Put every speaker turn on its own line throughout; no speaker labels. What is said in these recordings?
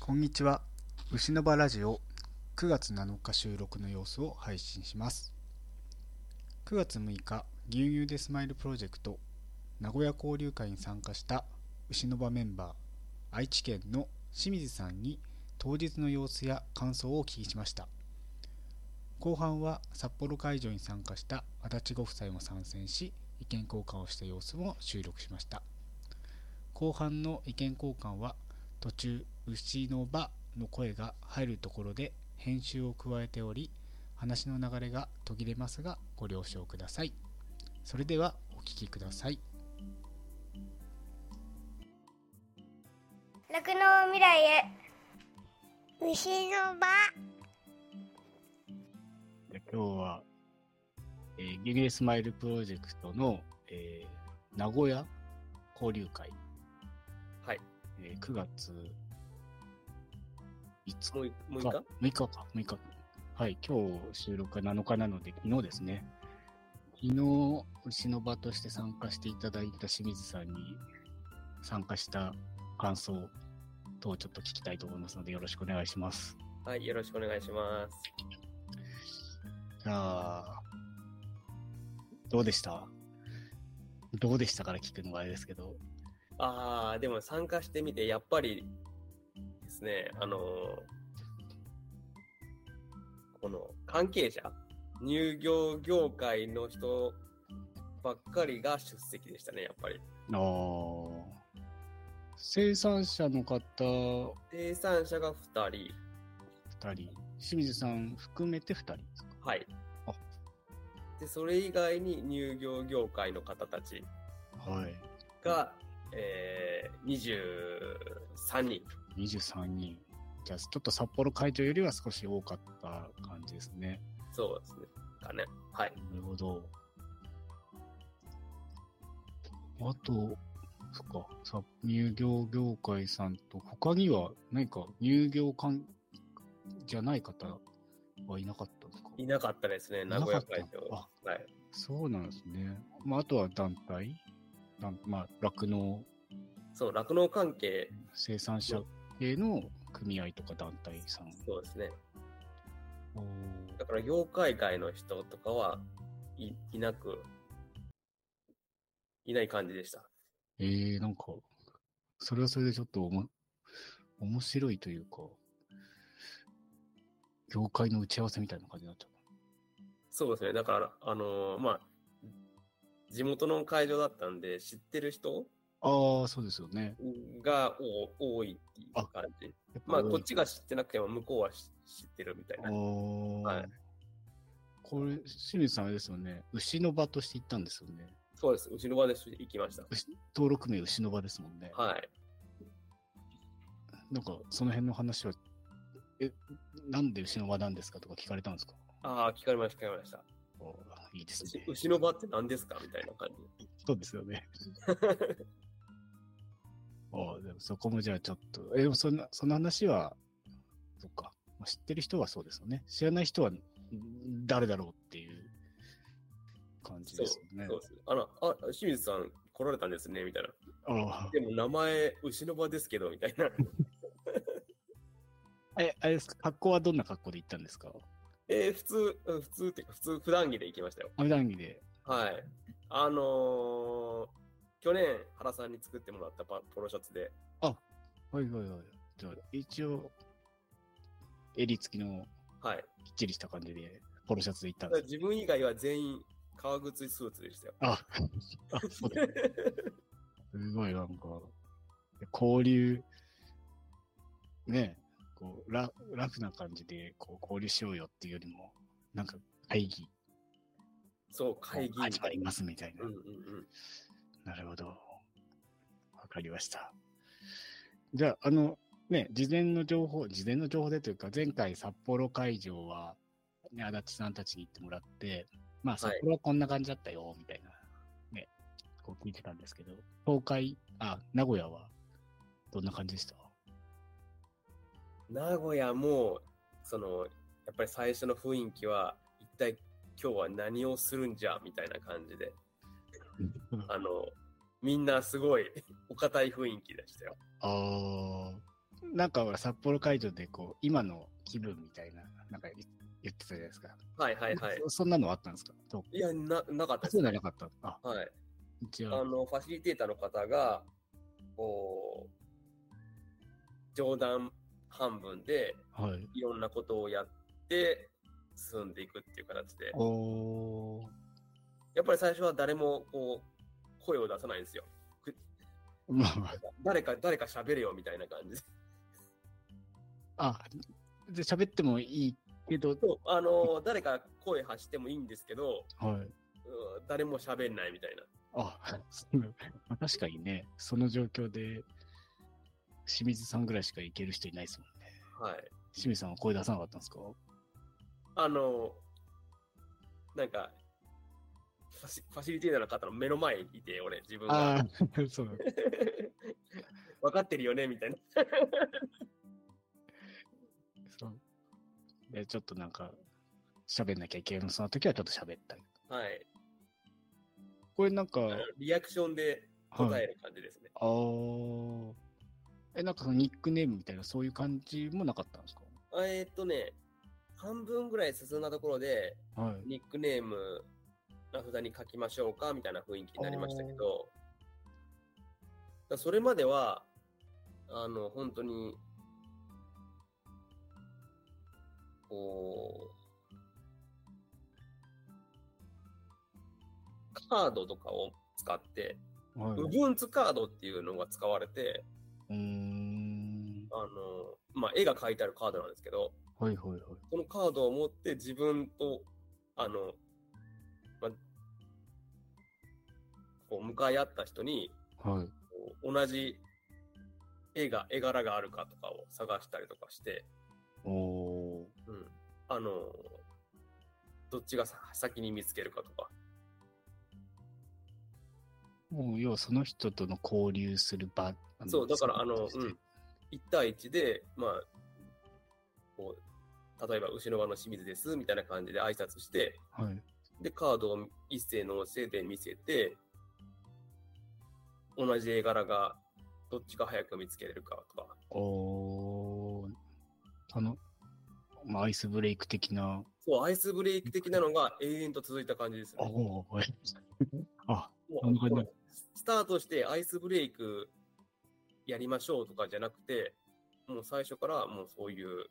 こんにちは牛の場ラジオ9月7日収録の様子を配信します9月6日牛乳でスマイルプロジェクト名古屋交流会に参加した牛の場メンバー愛知県の清水さんに当日の様子や感想をお聞きしました後半は札幌会場に参加した足立ご夫妻も参戦し意見交換をした様子も収録しました後半の意見交換は途中牛の場の声が入るところで編集を加えており話の流れが途切れますがご了承くださいそれではお聞きください
酪農未来へ牛の場
じゃあ今日は、えー、ギリスマイルプロジェクトの、えー名古屋交流会、
はい。
えー9月5
もういもうい
日
いか
か6日か6日はい今日収録が7日なので昨日ですね昨日牛の場として参加していただいた清水さんに参加した感想等をちょっと聞きたいと思いますのでよろしくお願いします
はい、よろしくお願いします。
じゃあ、どうでしたどうでしたから聞くのがあれですけど。
ああ、でも参加してみて、やっぱりですね、あのーこの関係者、乳業業界の人ばっかりが出席でしたね、やっぱり。
あー生産者の方2
生産者が2人、
人、清水さん含めて2人ですか
はい
あ。
で、それ以外に乳業業界の方たち
はい。
が、えー、23人。
23人。じゃあ、ちょっと札幌会場よりは少し多かった感じですね。
そうですね。かね。はい。
なるほど。あと、そっか、さ乳業業界さんと、他には何か乳業関じゃない方はいなかったんですか
いなかったですね、
な
名
かっ
古屋
た
会場。
あ
はい。
そうなんですね。まあ、あとは団体団まあ、酪農
そう、酪農関係、
生産者系の組合とか団体さん。
そうですね。
おー
だから、業界外の人とかはいいなく、いない感じでした。
えー、なんか、それはそれでちょっとおも面白いというか、業界の打ち合わせみたいな感じになっちゃう。
そうですね。だから、あのーまあ、地元の会場だったんで、知ってる人
ああ、そうですよね。
がお多いっていう感じ。まあ、こっちが知ってなくても、向こうは知知ってるみたい
あ
な。
ー、
はい
これ、清水さんあれですよね。牛の場として行ったんですよね。
そうです。うちの場で行きました。
牛登録名牛の場ですもんね。
はい。
なんか、その辺の話は、え、なんで牛の場なんですかとか聞かれたんですか
ああ、聞かれました、聞かれました。
あーいいです
う
ね
ち。牛の場って何ですかみたいな感じ。
そうですよ ね。ああ、でもそこもじゃあちょっと、え、でもそんな、その話は、そっか、まあ、知ってる人はそうですよね。知らない人はん誰だろうっていう感じですよね
そう。ですね。あの、あ、清水さん来られたんですね、みたいな。
あ
でも名前、牛の場ですけど、みたいな。
あ、え、あれですか、格好はどんな格好で行ったんですか
えー普通、うん普通っていうか、普通、普段着で行きましたよ。
普段着で。
はい。あのー去年、原さんに作ってもらったパポロシャツで、
はいはいはい。じゃあ、一応、襟付きの
はい。
きっちりした感じで、ポロシャツで行った
た
んで
だ
すね
自分以外は全員、革靴スーツでしたよ。
あ、あ、そうだ。すごいなんか、交流、ね、こう、ララフな感じで、こう、交流しようよっていうよりも、なんか、会議、
そう、会議。
始まりますみたいな。
うんうんうん。
なるほど。わかりました。じゃあ、あの、ね、事前の情報、事前の情報でというか、前回札幌会場は、ね、足立さんたちに行ってもらって、まあ、札幌はこんな感じだったよ、みたいな、ね、こう聞いてたんですけど、東海、あ、名古屋は、どんな感じでした
名古屋も、その、やっぱり最初の雰囲気は、一体今日は何をするんじゃ、みたいな感じで。あ の、みんなすごいお堅い雰囲気でしたよ。
あーなんかほら、札幌会場でこう、今の気分みたいな、なんか言言ってたじゃないですか。
はいはいはい。
そそんなのあったんですかどう
いや、ななかったです
そうじゃなかった。あ、
はい。
一
あ
応。
の、ファシリテーターの方が、こう、冗談半分で、
はい。
いろんなことをやって、進んでいくっていう形で、
おー。
やっぱり最初は誰も、こう、声を出さないんですよ。
まあまあ、
誰か、誰か喋れよみたいな感じで。
あ、で、喋ってもいいけど、
そうあ の、誰か声発してもいいんですけど、
はい。
うん誰も喋んないみたいな。
あ、そうまあ確かにね、その状況で、清水さんぐらいしか行ける人いないですもんね。
はい。
清水さんは声出さなかったんですか
あの、なんか、ファシファシリテーターの方の目の前にいて、俺、自分が。
ああ、 そう。
分かってるよねみたいな。
そうでちょっとなんか、喋んなきゃいけないその時はちょっと喋った。
はい。
これなんか、
リアクションで答える感じですね。
あーえ、なんかそのニックネームみたいな、そういう感じもなかったんですか
あえーっとね、半分ぐらい進んだところで、
はい。
ニックネーム、名札に書きましょうかみたいな雰囲気になりましたけど、だそれまでは、あの、本当に、こう、カードとかを使って、
はい。
ウ
う
ブンツカードっていうのが使われて、
ーん。
あの、まあ、絵が描いてあるカードなんですけど、
はいはいはい。
そのカードを持って自分と、あの、まあ、こう、向かい合った人に、
はい。
こう同じ絵が、絵柄があるかとかを探したりとかして、
おー。
うん。あの、どっちがさ先に見つけるかとか。
もう、要はその人との交流する場。あの
そう、だから、あの、うん、
そうです
1
ね
対1で、まあ、こう、例えば、後ろ側の清水です、みたいな感じで挨拶して、
はい。
で、カードを一斉のせいで見せて、同じ絵柄がどっちが早く見つけれるかとか。
おー。あの、まあ、アイスブレイク的な。
そう、アイスブレイク的なのが永遠と続いた感じですね。も
おー。あ、
う
なるほど
このスタートしてアイスブレイクやりましょうとかじゃなくて、もう最初からもうそういう、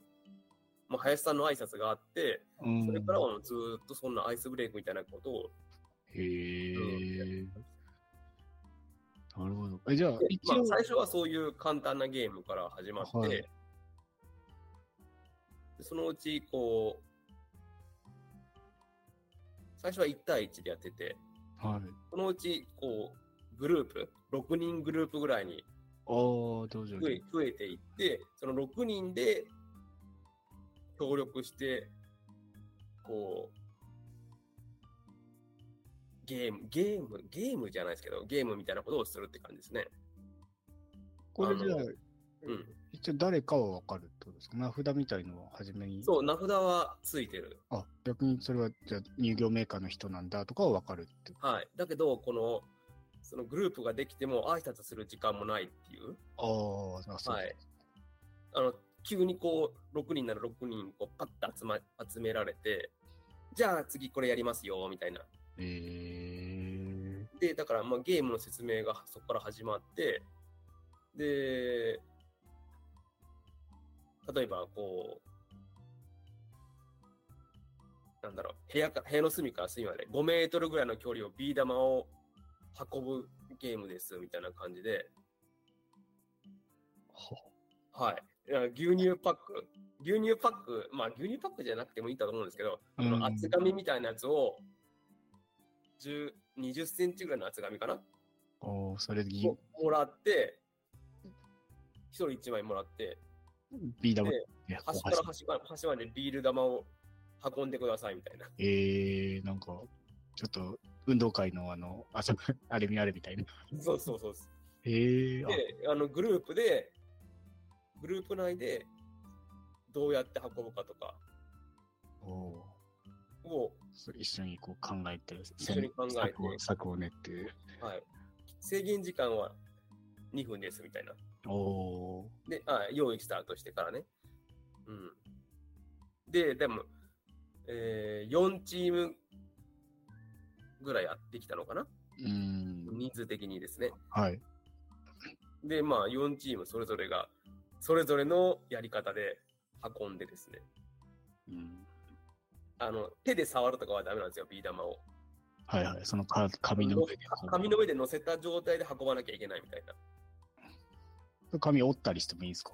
まあ、林さんの挨拶があって、
うん。
それからはもうずーっとそんなアイスブレイクみたいなことを、
へえ。なるほど。え、じゃあ、一
まあ
応、、
最初はそういう簡単なゲームから始まって、
はい
でそのうち、こう、最初は1対1でやってて、
はい。
そのうち、こう、グループ、6人グループぐらいに
あー、どうぞ。
増え増えていって、その6人で協力して、こう、ゲーム、ゲーム、ゲームじゃないですけど、ゲームみたいなことをするって感じですね。
これじゃあ、
うん。
一応誰かはわかるってことですか名札みたいのは初めに。
そう、名札はついてる。
あ、逆にそれは、じゃあ乳業メーカーの人なんだとかはわかるって。
はい。だけど、この、そのグループができても挨拶する時間もないっていう。
あー、なんかそう。
はい。あの、急にこう、6人なら6人、こう、パッと集ま、集められて、じゃあ次これやりますよ、みたいな。
へえ。
で、だから、まあ、ゲームの説明がそこから始まって、で、例えば、こう、なんだろう、部屋か、部屋の隅から隅まで5メートルぐらいの距離をビー玉を運ぶゲームです、みたいな感じで、はい。だから牛乳パック、牛乳パック、まあ、牛乳パックじゃなくてもいいと思うんですけど、
うん
あの厚紙みたいなやつを、10 20センチぐらいの厚紙かな
おー、それでぎ
ももらって、一人一枚もらって、
ビー玉。
で
いやこう
端から端まで端までビール玉を運んでくださいみたいな。
ええ、なんか、ちょっと、運動会のあの、あそこ、 あれ見あれみたいな。
そうそうそうです。
へえ、あ、
で、あのグループで、グループ内でどうやって運ぶかとか
おー。
を、
そう一緒にこう考えて、
一緒に考えて
策を策を練って。
はい、制限時間は2分ですみたいな。
おお。
で、あ用意スタートしてからね。うん。で、でも、えー、4チームぐらいやってきたのかな
うん。
人数的にですね。
はい。
で、まあ、4チームそれぞれが、それぞれのやり方で運んでですね。
うん。
あの、手で触るとかはダメなんですよ、ビー玉を。
はいはい。そのか紙の上で。
紙の上で乗せた状態で運ばなきゃいけないみたいな。
紙折ったりしてもいいんですか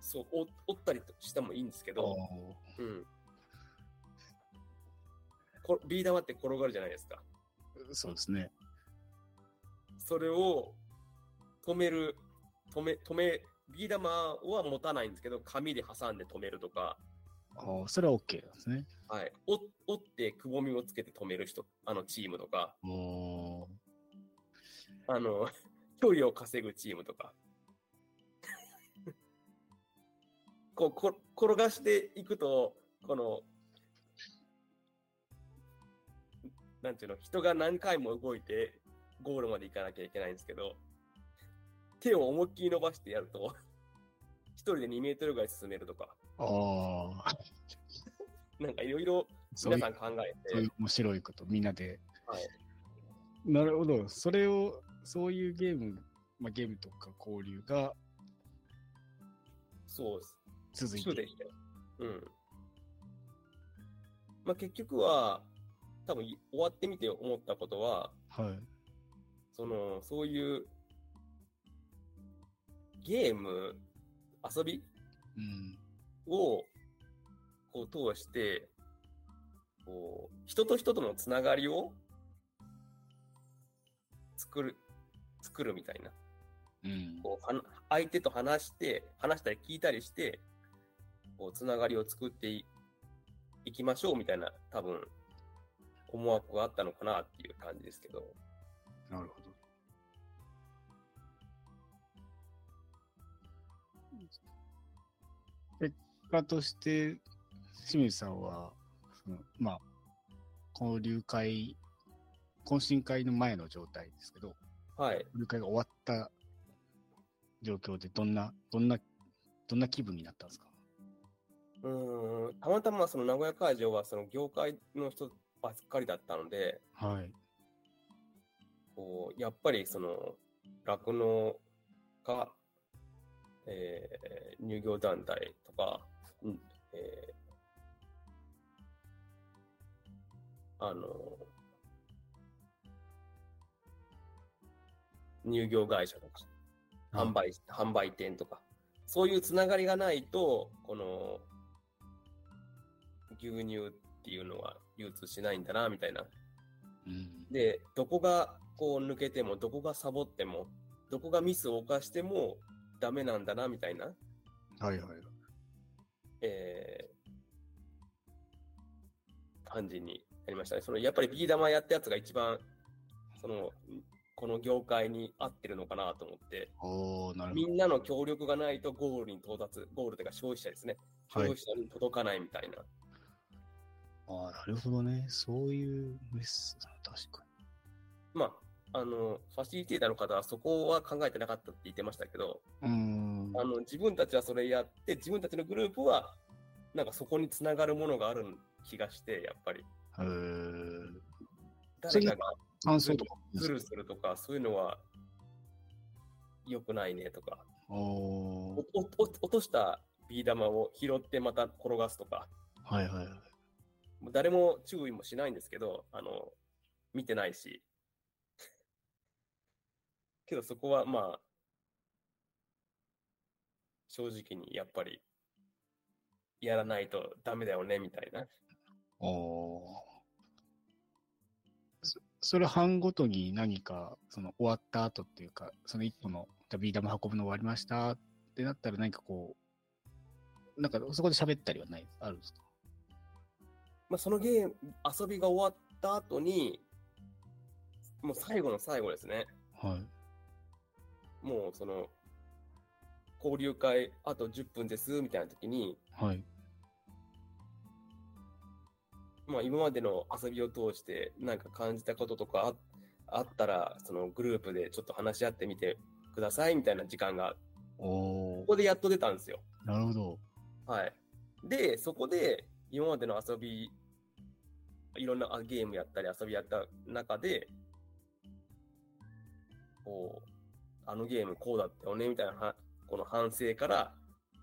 そう、お折ったりしてもいいんですけど、うん。こビー玉って転がるじゃないですか。
そうですね。
それを止める、止め、止め、ビー玉は持たないんですけど、紙で挟んで止めるとか、
ああ、それは OK なんですね。
はい。折折ってくぼみをつけて止める人、あのチームとか、
お
あの、 距離を稼ぐチームとか。 こうこ、転がしていくと、この、なんていうの、人が何回も動いて、ゴールまで行かなきゃいけないんですけど、手を思いっきり伸ばしてやると、一人で2メートルぐらい進めるとか、
あ あ、
なんかいろいろ
そうい
皆
う
さん考え
そうい
て、
う面白いこと、みんなで。
はい
なるほど。それを、そういうゲーム、まあ、ゲームとか交流が
そうです。
続い
そう
て
で
る。
したよ。うん。まあ、結局は、多分い終わってみて思ったことは、
はい。
その、そういう、ゲーム、遊び
うん。
を、こう通して、こう、人と人とのつながりを、作る、作るみたいな。
うん。
こうはな相手と話して、話したり聞いたりして、こう、つながりを作っていいきましょうみたいな、多分、思惑があったのかなっていう感じですけど。
なるほど。結果として、清水さんは、そのまあ、交流会、懇親会の前の状態ですけど、
はい。
交流会が終わった状況で、どんな、どんな、どんな気分になったんですか
うーん、たまたまその名古屋会場はその業界の人ばっかりだったので、
はい。
こう、やっぱりその、酪農家、えー乳業団体とか、うんえーあの、乳業会社とか、販売、販売店とか、そういうつながりがないと、この、牛乳っていうのは流通しないんだな、みたいな
うん。
で、どこがこう抜けても、どこがサボっても、どこがミスを犯してもダメなんだな、みたいな。
はいはい。
えー感じになりましたね。そのやっぱりビー玉やったやつが一番、その、この業界に合ってるのかなと思って、
おー、なるほ
みんなの協力がないとゴールに到達、ゴールというか消費者ですね。
はい
消費者に届かないみたいな。
ど。あーなるほどね。そういうメッセージ、確か
まあ、あの、ファシリテーターの方はそこは考えてなかったって言ってましたけど、
に。うーん。
あの自分たちはそれやって、自分たちのグループは、なんかそこにつながるものがある気がして、やっぱり。
えー、それ
誰かが
感想とか
ズルするとか、そういうのは良くないねとか、
お
お
ー
おお落としたビー玉を拾ってまた転がすとか、
はいはいはい。
もう誰も注意もしないんですけど、あの、見てないし。 けどそこはまあ、正直にやっぱり、やらないとダメだよね、みたいな。
おーそそれ班ごとに何か、その終わった後っていうか、その一個の、じゃあビー玉運ぶの終わりましたってなったら何かこう、なんかそこで喋ったりはない、あるんですか
まあ、そのゲーム、遊びが終わった後に、もう最後の最後ですね。
はい。
もうその、交流会あと10分です、みたいな時に、
はい。
まあ、今までの遊びを通してなんか感じたこととかああったら、そのグループでちょっと話し合ってみてくださいみたいな時間が
おお
ここでやっと出たんですよ。
ーなるほど。
はい。で、そこで、今までの遊び、いろんなあゲームやったり遊びやった中で、こう、あのゲームこうだったよね、みたいなは、この反省から、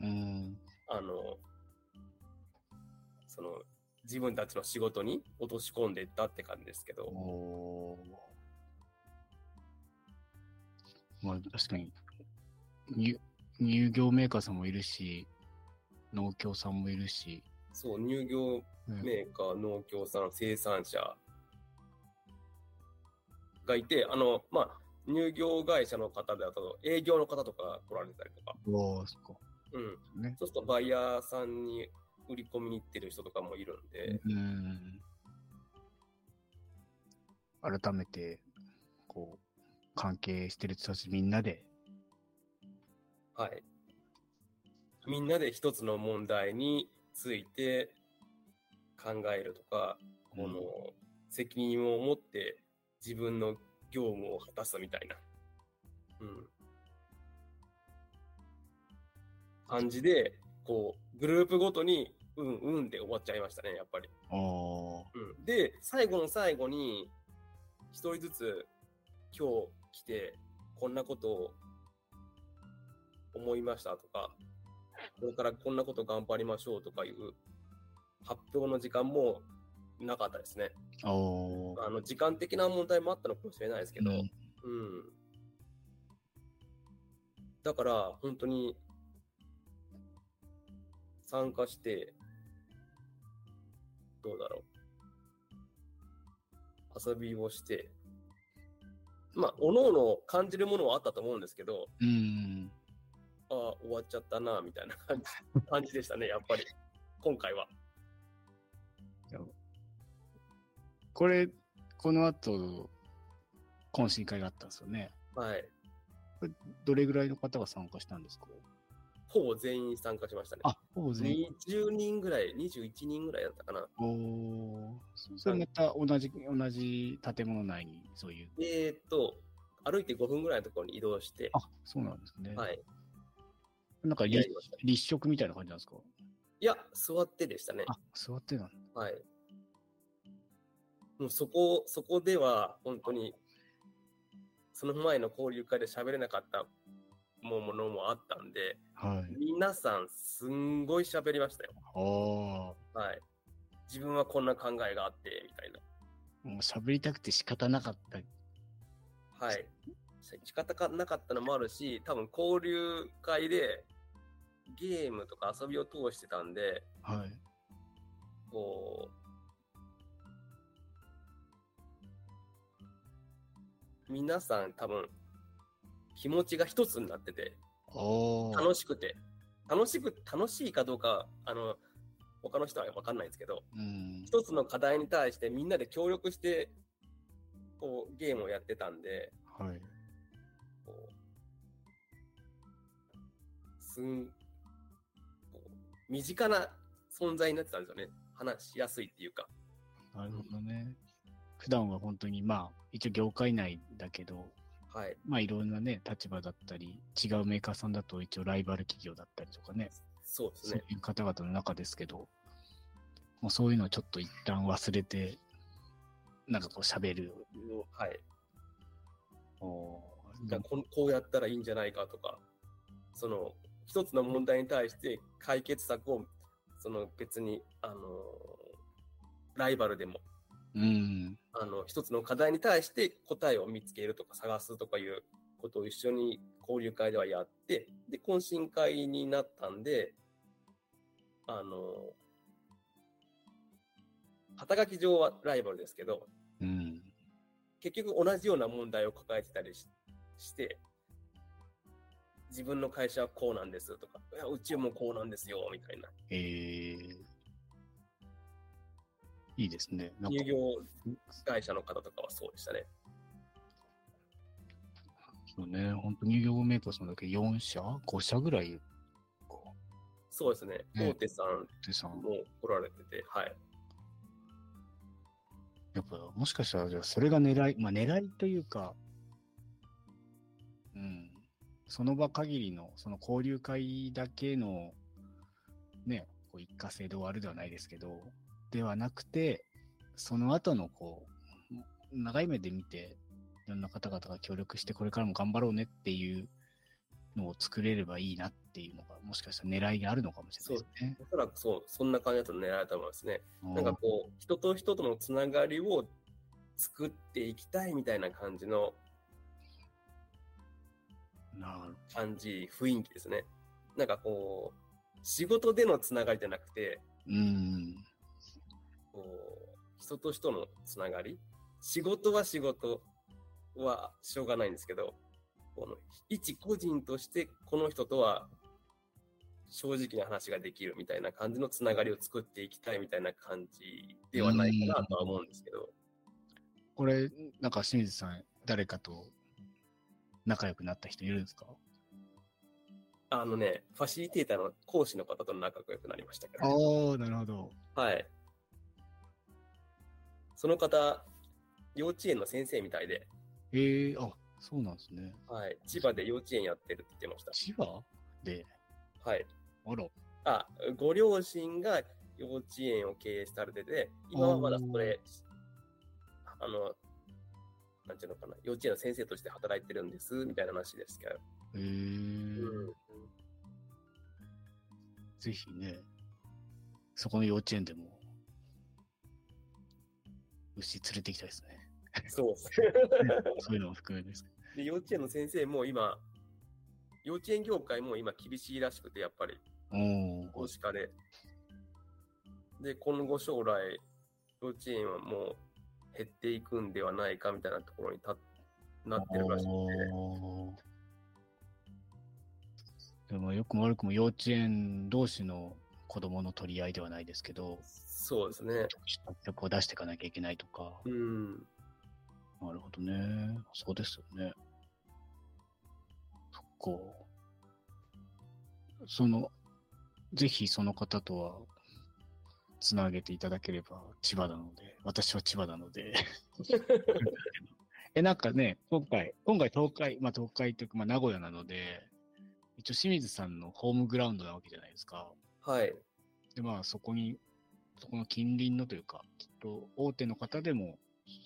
うん。
あの、その、自分たちの仕事に落とし込んでいったって感じですけど、
おーまあ、確かに、乳乳業メーカーさんもいるし、農協さんもいるし、
そう、乳業
ね
メーカー、農協さん、生産者がいて、あの、まあ、乳業会社の方だと、営業の方とか来られたりとか、
おーそっか。
うん。
ね。
そうするとバイヤーさんに売り込みに行ってる人とかもいるんで、
うん。改めて、こう、関係してる人たちみんなで、
はい。みんなで一つの問題について考えるとか、この責任を持って自分の業務を果たすみたいな、うん。感じで、こう、グループごとに、うんうんで終わっちゃいましたね、やっぱり。
おー
うん、で、最後の最後に、一人ずつ今日来て、こんなことを思いましたとか、これからこんなこと頑張りましょうとかいう発表の時間もなかったですね。
おー
あの時間的な問題もあったのかもしれないですけど、
うん
うん。だから、本当に、参加して、どうだろう。遊びをして、まあ、おのおの感じるものはあったと思うんですけど、
うん。
ああ、終わっちゃったな、みたいな 感じ感じでしたね、やっぱり。今回は。
これ、この後、懇親会があったんですよね。
はい。
どれぐらいの方が参加したんですか
ほぼ全員参加しましたね。
あ、ほぼ全員。
20人ぐらい、21人ぐらいだったかな。
おーそそれまた同じ、同じ建物内に、そういう。
えーっと、歩いて5分ぐらいのところに移動して、
あ、そうなんですね。
はい。
なんか
や
立
りました
立食みたいな感じなんですか
いや、座ってでしたね。
あ、座ってなんだ。
はい。もうそこ、そこでは、本当に、その前の交流会で喋れなかったもうものもあったんで、
はい。
皆さん、すんごい喋りましたよ。
ああ。
はい。自分はこんな考えがあって、みたいな。
もう喋りたくて仕方なかった。
はい。仕方がなかったのもあるし、多分交流会で、ゲームとか遊びを通してたんで、
はい。
こう、皆さん多分、気持ちが一つになってて、
おー
楽しくて、楽しく、楽しいかどうか、あの、他の人は分かんないんですけど、
うん。
一つの課題に対してみんなで協力して、こう、ゲームをやってたんで、
はい。
こう、すん、こう、身近な存在になってたんですよね。話しやすいっていうか。
なるほどね。普段は本当に、まあ、一応業界内だけど、
はい。
まあいろんなね、立場だったり、違うメーカーさんだと一応ライバル企業だったりとかね、
そうですね
そう。いう方々の中ですけど、もうそういうのをちょっと一旦忘れて、なんかこう喋る。
はい。
おー
だからこんこうやったらいいんじゃないかとか、その、一つの問題に対して解決策を、その別に、あのーライバルでも、
うん。
あの、一つの課題に対して答えを見つけるとか探すとかいうことを一緒に交流会ではやって、で、懇親会になったんで、あのー肩書き上はライバルですけど、
うん。
結局同じような問題を抱えてたりしして、自分の会社はこうなんですとか、いやうちもこうなんですよみたいな、
えー、いいですね。なんか
入業会社の方とかはそうでしたね。
そうね、本当乳業メーカーさんだけ4社 ?5 社ぐらいか
そうですね、
ね
大手さん
でさ、
も来られてて、はい。
やっぱもしかしたらじゃあそれが狙い、まあ狙いというか、うん、その場限りの、その交流会だけの、ね、こう一過性で終わるではないですけど、ではなくて、その後のこう、長い目で見て、いろんな方々が協力して、これからも頑張ろうねっていうのを作れればいいなっていうのが、もしかしたら狙いがあるのかもしれないですね。
おそらくそう、そんな感じだと狙えると思いますね。
うん
なんかこう、人と人とのつながりを作っていきたいみたいな感じの
なるほど
感じ、雰囲気ですね。なんかこう、仕事でのつながりじゃなくて、
うん。
こう、人と人のつながり。仕事は仕事はしょうがないんですけど、この、一個人としてこの人とは正直な話ができるみたいな感じのつながりを作っていきたいみたいな感じではないかなとは思うんですけど、
これ、なんか清水さん、誰かと仲良くなった人いるんですか
あのね、ファシリテーターの講師の方と仲良くなりましたけど、
ああ、なるほど。
はい。その方、幼稚園の先生みたいで、
ええあ、そうなんですね。
はい。千葉で幼稚園やってるって言ってまし
千葉で、
た。はい。
あら、
あ、ご両親が幼稚園を経営されてて、今はまだそれ、あの、なんていうのかな、幼稚園の先生として働いてるんです、みたいな話ですけど。
ええぜひね、そこの幼稚園でも、牛連れてきたいですね。
そう です
そういうのも含めですけど。
で、幼稚園の先生も今、幼稚園業界も今厳しいらしくて、やっぱり、
おお、
少子化で。で、今後将来、幼稚園はもう減っていくんではないかみたいなところにたなってるらしくて。
おーでも、よくも悪くも幼稚園同士の子供の取り合いではないですけど、
そうですね。
曲を出していかなきゃいけないとか。
うん。
なるほどね。そうですよね。そっか。その、ぜひその方とは、つなげていただければ、千葉なので、私は千葉なので。 え、なんかね、今回、今回東海、まあ東海というか、まあ名古屋なので、一応清水さんのホームグラウンドなわけじゃないですか。
はい。
で、まあ、そこに、そこの近隣のというか、きっと大手の方でも、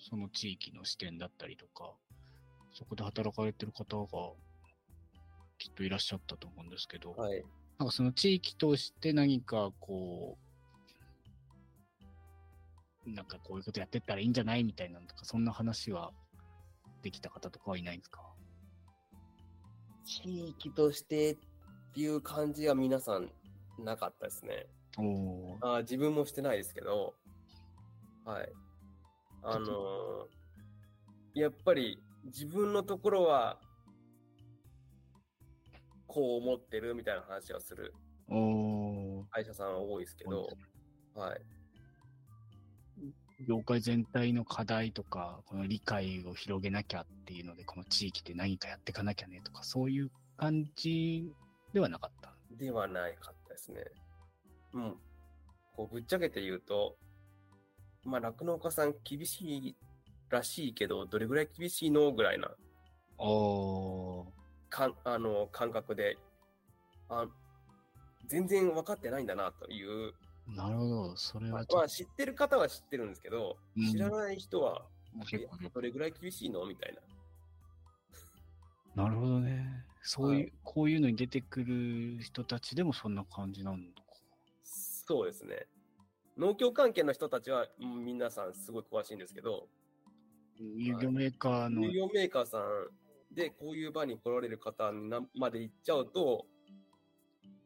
その地域の視点だったりとか、そこで働かれてる方が、きっといらっしゃったと思うんですけど、
はい。
なんかその地域として何かこう、なんかこういうことやってったらいいんじゃないみたいなのとか、そんな話はできた方とかはいないんですか
地域としてっていう感じは皆さんなかったですね。
おお
あー自分もしてないですけど、はい。あのーやっぱり自分のところは、こう思ってるみたいな話をする
おお
会社さんは多いですけど、はい。
業界全体の課題とか、この理解を広げなきゃっていうので、この地域で何かやっていかなきゃねとか、そういう感じではなかった。
ではないかったですね。うん。こう、ぶっちゃけて言うと、まあ、酪農家さん厳しいらしいけど、どれぐらい厳しいのぐらいな
お
かんあの感覚であ、全然分かってないんだなという、
なるほど。それ
ま
はちょ
あ
っ
知ってる方は知ってるんですけど、
うん
知らない人は、
と
え
結構ね
どれぐらい厳しいのみたいな。
なるほどね。そういう、
は
こういうのに出てくる人たちでもそんな感じなんだ。
そうですね。農協関係の人たちは、うん皆さんすごい詳しいんですけど、
有業メーカーの
乳、業メーカーさんでこういう場に来られる方になまで行っちゃうと、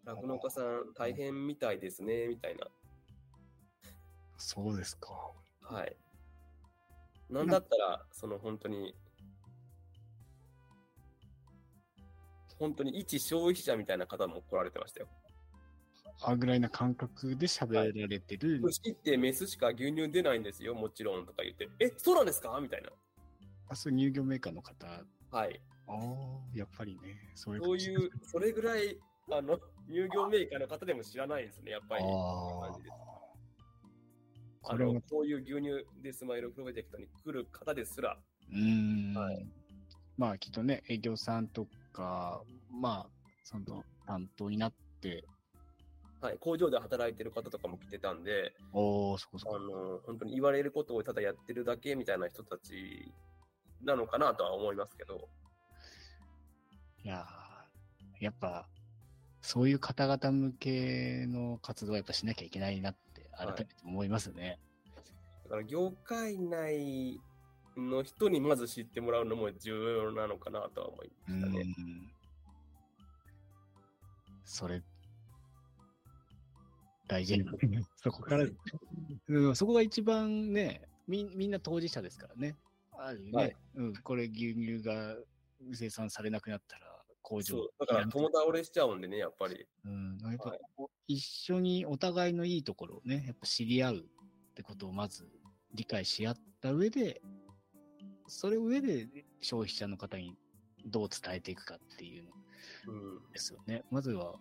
酪農家さん大変みたいですね、みたいな。
そうですか。
はい。なんだったら、その本当に、本当に一消費者みたいな方も来られてましたよ。
あぐらいな感覚で喋られてる。
牛ってメスしか牛乳出ないんですよ、もちろんとか言って、え、そうなんですかみたいな。
あ、そう、乳業メーカーの方。あ
はい。
あ、やっぱりね。そういう
そ
感
う
じ
いう、それぐらい、あの、乳業メーカーの方でも知らないですね、やっぱり。
ああ
感じです。
こ
あ
れは
の、こういう牛乳でスマイルプロジェクトに来る方ですら、
うーん
は
まあきっとね、営業さんとか、まあ、その担当になって、
はい、工場で働いてる方とかも来てたんで、
おー、そこそ
あ
こ。
の、本当に言われることをただやってるだけみたいな人たちなのかなとは思いますけど、
いやーやっぱ、そういう方々向けの活動はやっぱしなきゃいけないなって、改
はい
めて思いますね。
だから業界内の人にまず知ってもらうのも重要なのかなとは思いました
う
ね。
ん。それ、大事な そこから、うん、そこが一番ね、みんみんな当事者ですからね。あるよね、
はい
うん。これ牛乳が生産されなくなったら工場
そう、だから共倒れしちゃうんでね、やっぱり。
うん、やっぱ、
は
こう一緒にお互いのいいところをね、やっぱ知り合うってことをまず理解し合った上で、それを上で消費者の方にどう伝えていくかっていうの
うん。
ですよね。まずは、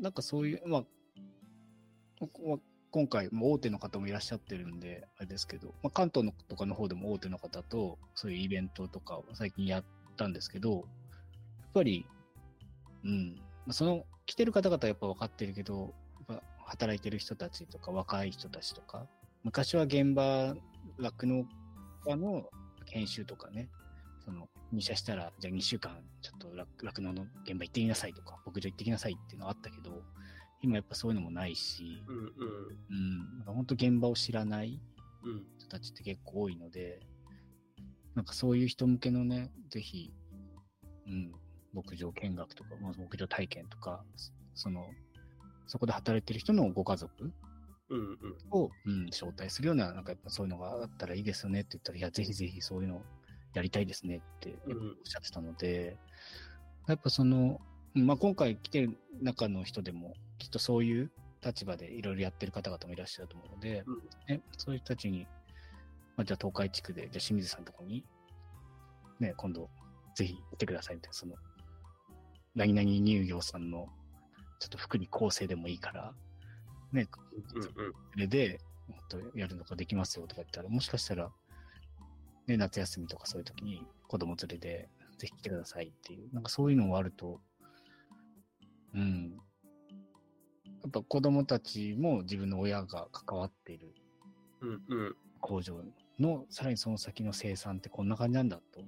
なんかそういう、まあ、ここは今回、もう大手の方もいらっしゃってるんで、あれですけど、まあ、関東のとかの方でも大手の方と、そういうイベントとかを最近やったんですけど、やっぱり、うん、まあその、来てる方々はやっぱ分かってるけど、やっぱ働いてる人たちとか、若い人たちとか、昔は現場、酪農家の研修とかね、その入社したら、じゃあ2週間、ちょっと酪酪農の現場行ってみなさいとか、牧場行ってきなさいっていうのはあったけど、今やっぱそういうのもないし、
うんうん。
うん、なんか本当現場を知らない
うん。
人たちって結構多いので、なんかそういう人向けのね、ぜひ、うん、牧場見学とか、まあ牧場体験とか、そその、そこで働いてる人のご家族
うんうん。
を、うん、招待するような、なんかやっぱそういうのがあったらいいですよねって言ったら、いや、ぜひぜひそういうのやりたいですねって
うん
おっしゃってたので、やっぱその、まあ、今回来てる中の人でも、きっとそういう立場でいろいろやってる方々もいらっしゃると思うので、
うん
ね、そういう人たちに、まあ、じゃあ東海地区で、じゃあ清水さんのとこに、ね、今度、ぜひ来てくださいみたいな、その、何々乳業さんの、ちょっと福利厚生でもいいから、ね、
うんうん。
それで、もっとやるのができますよとか言ったら、もしかしたら、ね、夏休みとかそういう時に子供連れで、ぜひ来てくださいっていう、なんかそういうのがあると、うん。やっぱ子供たちも自分の親が関わっている
うんうん。
工場の、さらにその先の生産ってこんな感じなんだと。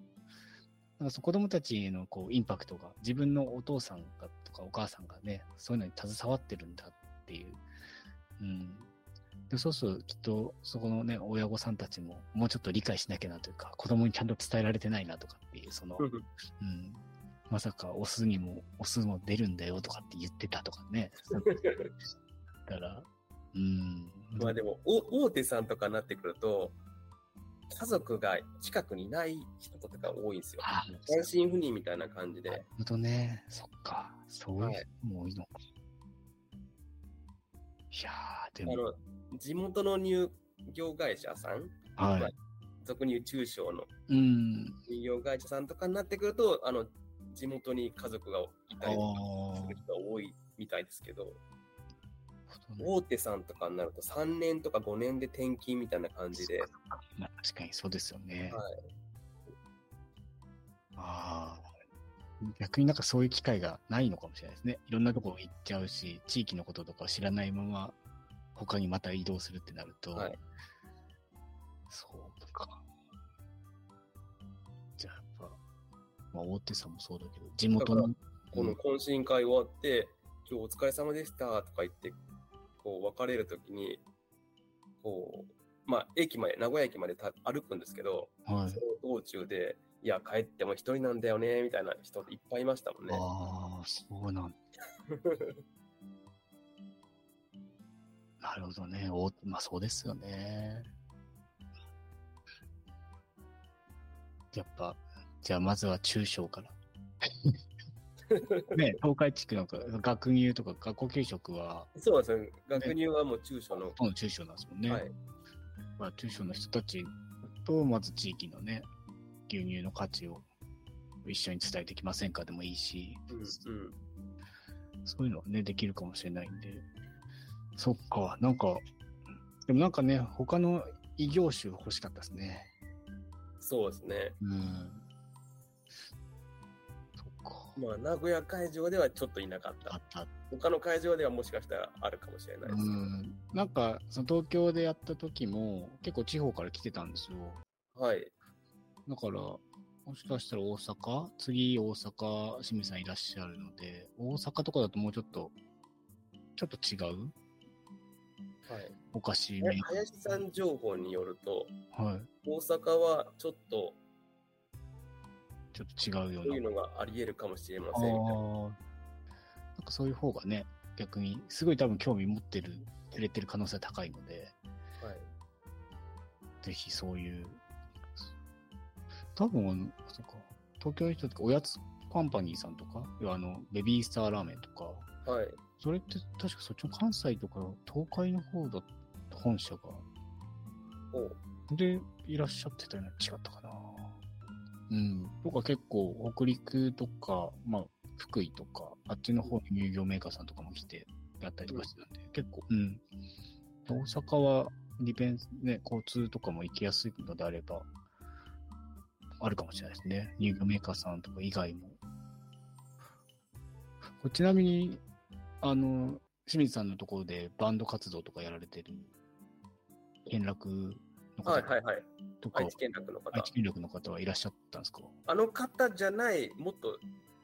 なんかその子供たちへのこうインパクトが、自分のお父さんがとかお母さんがね、そういうのに携わってるんだっていう。うん。でそうするときっと、そこのね、親御さんたちも、もうちょっと理解しなきゃなというか、子供にちゃんと伝えられてないなとかっていう、その、
うん
うん。まさか、オスにも、オスも出るんだよとかって言ってたとかね。だから、うん。
まあでも、お大手さんとかになってくると、家族が近くにいない人とか多いんですよ。
あ
単身赴任みたいな感じで。
ほんとね、そっか、そう
はいいう
人も多いのか。いやー、で
あ
も、
の、地元の乳業会社さん、ま
は
あ
い。
俗に言う中小の
うん。
乳業会社さんとかになってくると、あの、地元に家族がいたりとかする人が多いみたいですけど、
ほんとね
大手さんとかになると3年とか5年で転勤みたいな感じで
そっ、かそっかまあ、確かにそうですよね。
は
ああ。逆になんかそういう機会がないのかもしれないですね。いろんなとこ行っちゃうし、地域のこととか知らないまま、他にまた移動するってなると、
はい
そうか。じゃあやっぱ、まあ大手さんもそうだけど、地元の、
この懇親会終わって、今日お疲れ様でしたとか言って、こう別れるときに、こう、まあ駅まで、名古屋駅までた歩くんですけど、
うんはい
そ。の道中で、いや、帰っても一人なんだよね、みたいな人いっぱいいましたもんね。
ああ、そうなんだ。なるほどね。おまあそうですよね。やっぱ、じゃあまずは中小 から。ね、東海地区なんか学乳とか学校給食は、
そうなんですよ。学乳はもう中小の
ほ、とんど中小なんですもんね。
はい。
まあ、中小の人たちと、まず地域のね、牛乳の価値を一緒に伝えていきませんかでもいいし、
うんうん。
そういうのはね、できるかもしれないんで。そっか、なんか、でもなんかね、他の異業種欲しかったですね。
そうですね。
うん。そっ
まあ、名古屋会場ではちょっといなかっ
あ
た
っ。た。
他の会場ではもしかしたらあるかもしれないで
う
すけど。
ん。なんか、その東京でやった時も、結構地方から来てたんですよ。
はい。
だから、もしかしたら大阪次大阪、清水さんいらっしゃるので、大阪とかだともうちょっと、ちょっと違う
はい、
おかしい
で林さん情報によると、
はい。
大阪はちょっと
ちょっと違うよ
そういう
うな。
のがあり得るかもしれま
あ
せんみたいな。
ーなんかそういう方がね、逆に、すごい多分興味持ってる、触れてる可能性高いので、
はい
ぜひそういう、多分あの、そっか、東京の人とか、おやつカンパニーさんとか、要はあの、ベビースターラーメンとか、
はい。
それって確かそっちの関西とか東海の方だった本社が。
おう
で、いらっしゃってたような違ったかな。うん。僕は結構北陸とか、まあ福井とか、あっちの方に乳業メーカーさんとかも来てやったりとかしてたんで、結構、うん。大阪は利便、ね、交通とかも行きやすいのであれば、あるかもしれないですね。乳業メーカーさんとか以外も。これちなみに、あの、清水さんのところでバンド活動とかやられてる、連絡の
は
方
いはいはい。
とか、
愛知県楽の方。
愛知県力の方はいらっしゃったんですか
あの方じゃない、もっと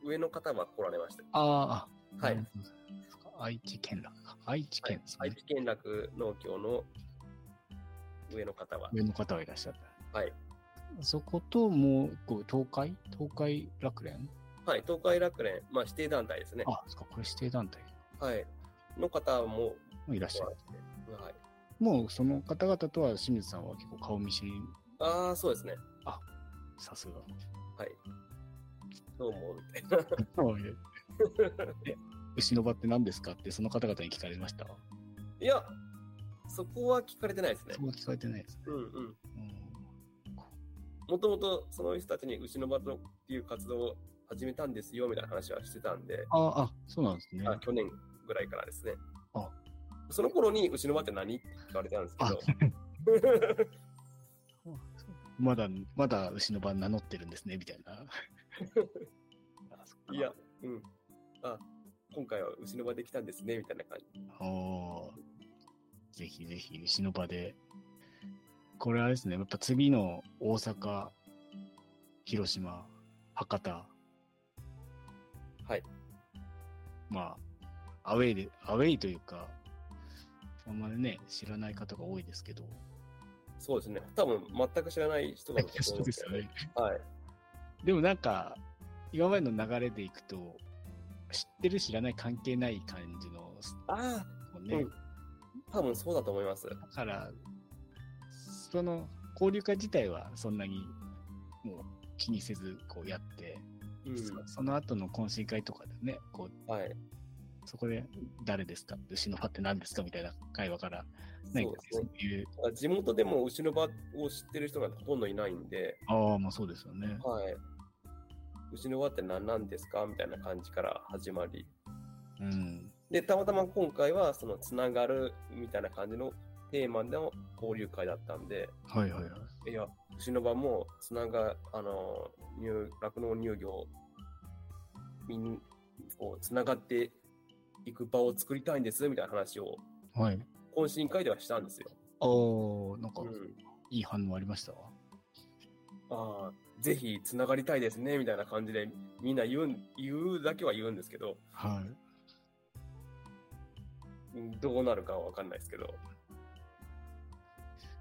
上の方は来られました。
ああ、
はい
なるほどですか愛知県楽か。愛知県ですね。
愛知県楽農協の上の方は。
上の方はいらっしゃっ
はい。
た。そこと、もう一個、東海東海楽連
はい。東海楽連、まあ指定団体ですね。
あ、そっか、これ指定団体
はい。の方も
もいらっ
来
しゃ
ら
る
れ。て。はい。
もうその方々とは清水さんは結構顔見知り、
ああ、そうですね。
さすが。
はい。どうも、みたいな。
え、牛の場って何ですかってその方々に聞かれました
いや、そこは聞かれてないですね
そ。こは聞かれてないですね。
うんうん。
うん
もともとその人たちに牛のバトルっていう活動を始めたんですよみたいな話はしてたんで、
ああ、そうなんですね。
あ去年ぐらいからですね
あ。
その頃に牛のバって何って聞かれたんですけ
あ
ど、
まだ、まだ牛の場名乗ってるんですね、みたいな。 あそっか
いや、うん。あ、今回は牛の場できたんですねみたいな感じ。
おーぜひぜひ、牛の場で。これあれですね、やっぱ次の大阪、広島、博多、
はい。
まあ、アウェイで、アウェイというか、あんまりね、知らない方が多いですけど。
そうですね。多分全く知らない人だと 思うんですけど、ね。。はい。
でもなんか、今までの流れでいくと、知ってる知らない関係ない感じの、
あ
もうね、
うんあ、多分そうだと思います。
だから、その交流会自体はそんなにもう気にせずこうやって、そ
うん。
その後の懇親会とかでね、こう
はい。
そこで誰ですか、牛のパって何ですかみたいな会話から、
そう
何か
です
そ
ね。
ういう、
だから地元でも牛の場を知ってる人がほとんどいないんで、
ああ、まあそうですよね。
はい。牛の輪って何なんですかみたいな感じから始まり。
うん。
で、たまたま今回は、その、つながるみたいな感じのテーマでの交流会だったんで、
はいはいはい。
いや、牛の場も、つなが、あの、入、酪農乳業、みん、こう、つながっていく場を作りたいんです、みたいな話を、
はい。
懇親会ではしたんですよ。
ああ、なんか
うん。
いい反応ありましたわ。
ああ、ぜひ、つながりたいですね、みたいな感じで、みんな言うん、言うだけは言うんですけど、
はい。
どうなるかは分かんないですけど、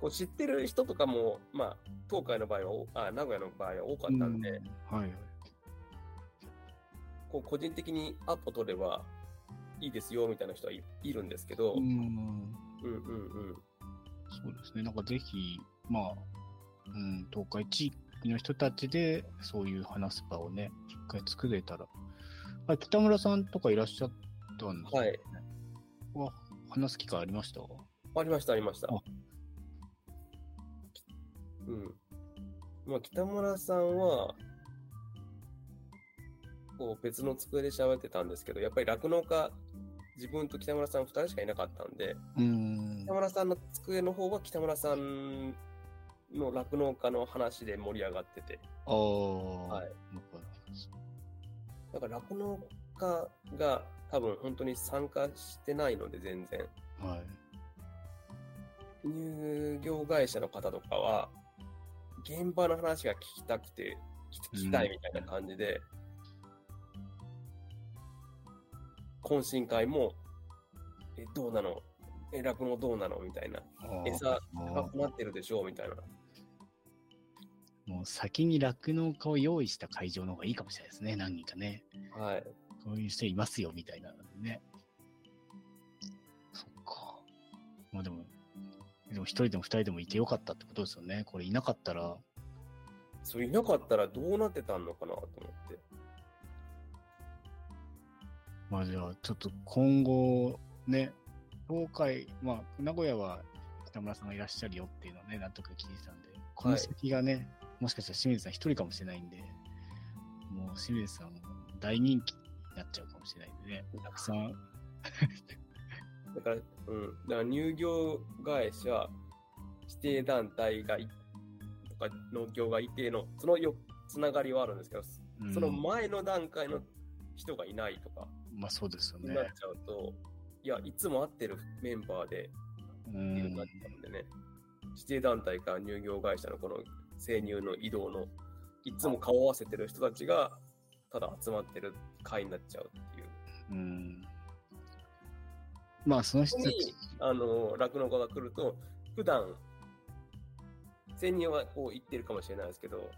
こう知ってる人とかも、まあ、東海の場合はお、あ名古屋の場合は多かったんで、
うんはいはい。
こう個人的にアポ取ればいいですよみたいな人はいいるんですけど、う
うんん。
うんうん、
そうですね、なんかぜひ、まあ、うん、東海地域の人たちで、そういう話す場をね、一回作れたら。あ北村さんとかいらっしゃったんです
はい、
は話す機会ありました
ありました、ありました
あ。
うんまあ、北村さんは、こう別の机で喋ってたんですけど、やっぱり酪農家、自分と北村さん2人しかいなかったんで、
うん
北。村さんの机の方は北村さんの酪農家の話で盛り上がってて、
ああ、
はい
なんか
だから酪農家が多分本当に参加してないので全然。
はい。
乳業会社の方とかは、現場の話が聞きたくて、き聞きたいみたいな感じで、懇親会も、え、どうなのえ、酪農どうなのみたいな。
あー
餌高
も
くなってるでしょうみたいな。
うもう先に酪農家を用意した会場の方がいいかもしれないですね、何人かね。
はい。
こういう人いますよ、みたいなのでね。そっか。まあでも、でも一人でも二人でもいてよかったってことですよね。これいなかったら、
それいなかったらどうなってたんのかなと思って。
まあじゃあ、ちょっと今後、ね、東海、まあ、名古屋は北村さんがいらっしゃるよっていうのをね、納得聞いてたんで、この先がね、もしかしたら清水さん一人かもしれないんで、もう清水さん大人気になっちゃうかもしれないんでね、たくさん、
だから、うん。だから乳業会社、指定団体がい、とか農協が一定の、そのよ、つながりはあるんですけど、
うん
その前の段階の人がいないとか、
まあそうですよね
なっ。ちゃうと、いや、いつも会ってるメンバーで、
う
っていうの
ん
になっちゃうんでね、指定団体から乳業会社のこの生乳の移動の、いつも顔を合わせてる人たちが、ただ集まってる会になっちゃうっていう。
うん。まあその人
こ
た
こに
ち、、
あの、酪農家が来ると、普段、潜入はこう言ってるかもしれないですけど、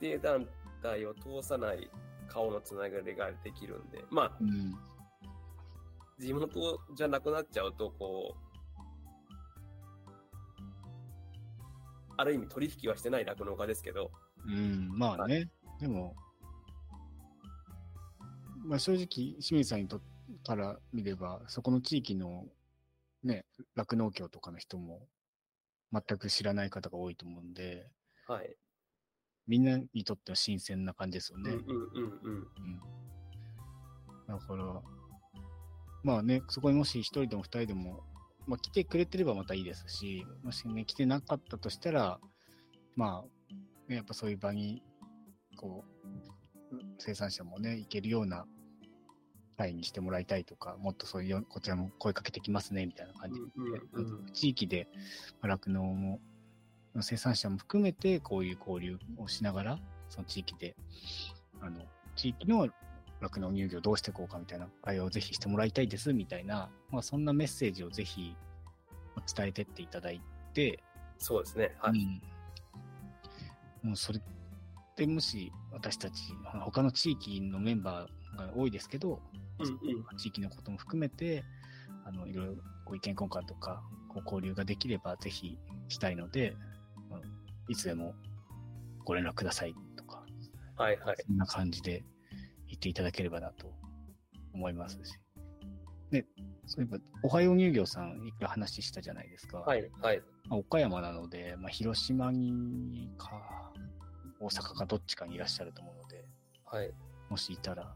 指定団体を通さない顔のつながりができるんで、ま
う
あ、
ん。
地元じゃなくなっちゃうと、こう、ある意味取引はしてない酪農家ですけど、
うん、まあね、でも、まあ、正直、清水さんにとから見れば、そこの地域のね、酪農協とかの人も全く知らない方が多いと思うんで、
はい。
みんなにとっては新鮮な感じですよ
うんう
ね。
んうんうん。
だから、まあね、そこにもし一人でも二人でも、まあ、来てくれてればまたいいですし、もしね、来てなかったとしたら、まあ、ね、やっぱそういう場に、こう、生産者もね、行けるような会にしてもらいたいとか、もっとそういうよ、こちらも声かけてきますね、みたいな感じで、
うんうんうん
地域で、まあ酪農も、生産者も含めて、こういう交流をしながら、その地域で、あの、地域の酪農乳業どうしていこうかみたいな会話をぜひしてもらいたいですみたいな、まあ、そんなメッセージをぜひ伝えてっていただいて、
そうですね。はい。
うん、もうそれってもし私たちあの他の地域のメンバーが多いですけど、
うんうん。
地域のことも含めてあのいろいろご意見交換とかこう交流ができればぜひしたいので、うんいつでもご連絡くださいとか
はいはい。
そんな感じで言っていただければなと思いますし。で、そういえば、おはよう乳業さん、いくら話したじゃないですか。
はいはい。
まあ岡山なので、まあ、広島にか、大阪かどっちかにいらっしゃると思うので、
はい。
もしいたら、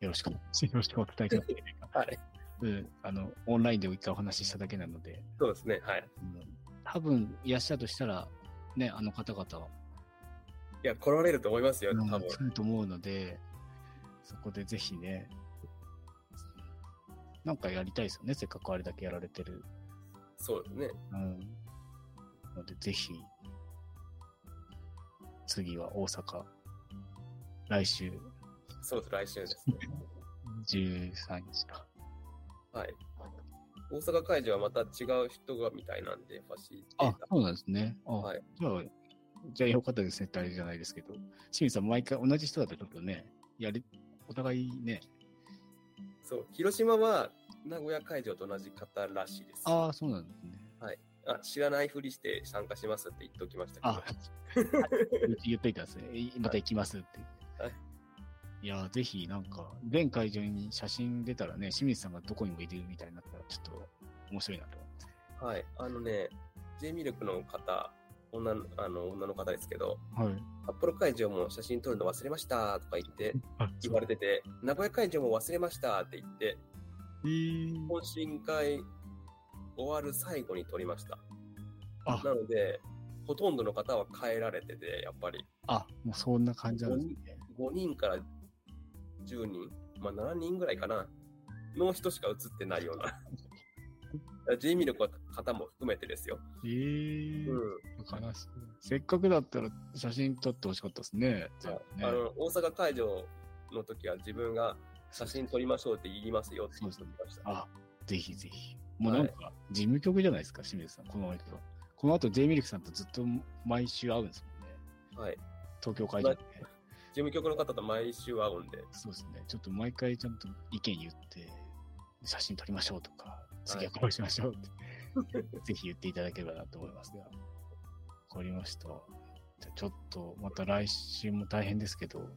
よろし く、よろしくお伝えください。
はい。
うん、あの、オンラインで一回お話ししただけなので、
そうですね。はい。
うん多分いらっしゃるとしたら、ね、あの方々は、
いや、来られると思いますよ、
うん
多分。
来ると思うので、そこでぜひね、なんかやりたいですよね、せっかくあれだけやられてる。
そうですね。
うん。ので、ぜひ、次は大阪、来週
そうです、来週です ね。
13日か。
はい。大阪会場はまた違う人がみたいなんで、ファシリテー
あ
タ、ー
そうなんですね。あ、
はい
じゃあ、じゃあよかったですねってあれじゃないですけど、清水さん、毎回同じ人だとちょっとね、やり、お互いね、
そう、広島は名古屋会場と同じ方らしいです。
ああ、そうなんですね。
あ知らないふりして参加しますって言っておきましたけど。
あ、言っといたんですね。えまた行きますって。
はい
いやー、ぜひ、なんか、全会場に写真出たらね、清水さんがどこにもいるみたいになったら、ちょっと面白いなと思って。
はい。あのね、J ミルクの方、女のあの女の方ですけど、
はい。
札幌会場も写真撮るの忘れましたとか言って、言われてて、名古屋会場も忘れましたって言って、
えー、
懇親会終わる最後に撮りました。
あ
なので、ほとんどの方は帰られてて、やっぱり。
あ、もうそんな感じなんですね。
5人から10人、まあ、7人ぐらいかな、の人しか映ってないよう な。J ミルクの方も含めてですよ。
えー
うん
悲しい。せっかくだったら写真撮ってほしかったですね。じゃあね
あの大阪会場の時は自分が写真撮りましょうって言いますよって言ってました。
あ、ぜひぜひ。もうなんか、事務局じゃないですか、清水さん。このまま行くと。この後、J ミルクさんとずっと毎週会うんですもんね。
はい。
東京会場で。
事務局の方と毎週会うんで、
そうですね。ちょっと毎回ちゃんと意見言って、写真撮りましょうとか、次はこうしましょうって、ぜひ言っていただければなと思いますが。わかりました。じゃあちょっと、また来週も大変ですけど、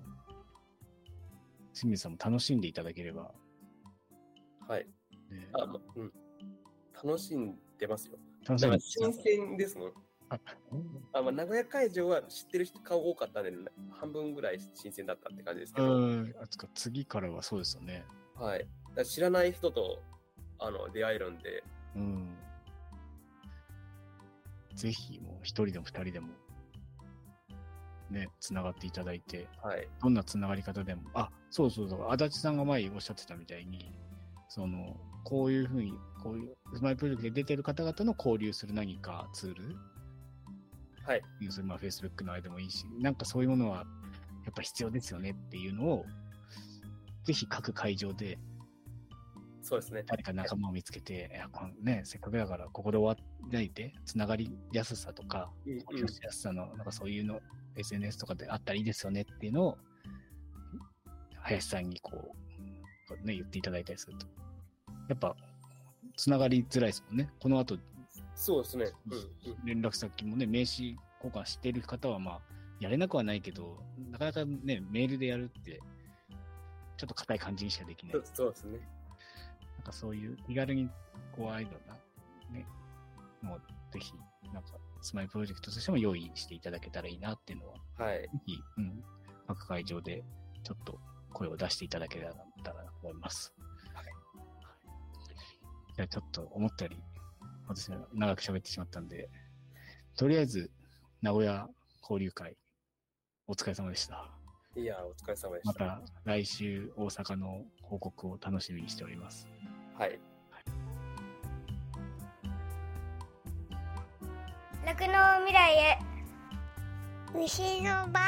清水さんも楽しんでいただければ、
はい。
ね、
あ、まうん。楽しんでますよ。
楽し
だ
みで
から
す。
新鮮ですもん。
あ
あまあ、名古屋会場は知ってる人顔多かったんで、半分ぐらい新鮮だったって感じですけ
う
ど、
ん、あつか次からはそうですよね。
はい。だから知らない人とあの出会えるんで、
うん。ぜひ、もう一人でも二人でも、ね、つながっていただいて、
はい。
どんなつながり方でも、あ、そうそうそう、足立さんが前おっしゃってたみたいに、その、こういうふうに、こういう、スマイルプロジェクトで出てる方々の交流する何かツール、
はい。
それまあ Facebook のあれでもいいし、なんかそういうものはやっぱ必要ですよねっていうのを、ぜひ各会場で
そうですね。
誰か仲間を見つけて、いやこのね、せっかくだからここで終わらないで、つながりやすさとか、
うん
交流しやすさの、なんかそういうの、SNS とかであったらいいですよねっていうのを、林さんにこう、ね、言っていただいたりすると。やっぱ、つながりづらいですもんね。この後、
そうですね。うんうん
連絡先もね、名刺交換してる方は、まあ、やれなくはないけど、なかなかね、メールでやるって、ちょっと硬い感じにしかできない
そう。そうですね。
なんかそういう気軽にこうアイドルな、ね、もうぜひ、なんか、スマイルプロジェクトとしても用意していただけたらいいなっていうのは、
はい。
ぜひ、うん、各会場でちょっと声を出していただけたらなと思います。はい。じゃあちょっと思ったより、私は長く喋ってしまったんで、とりあえず、名古屋交流会、お疲れ様でした。
いやー、お疲れ様で
ま
した。
た来週大阪の報告を楽しみにしております。
はい。
酪農未来へ牛の場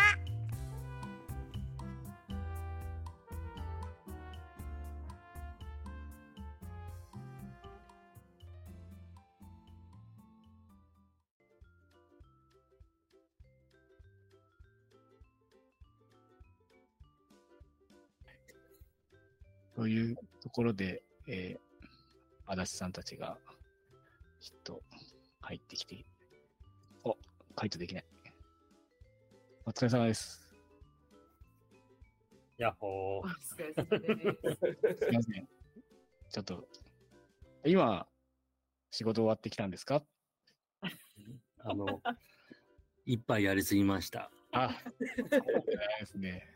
というところで、えー、足立さんたちが、きっと、入ってきて、お、回答できない。お疲れ様です。
やっほー。
お疲れ様です。
すいません。ちょっと、今、仕事終わってきたんですか
あ の、一杯やりすぎました。
あ、そうないですね。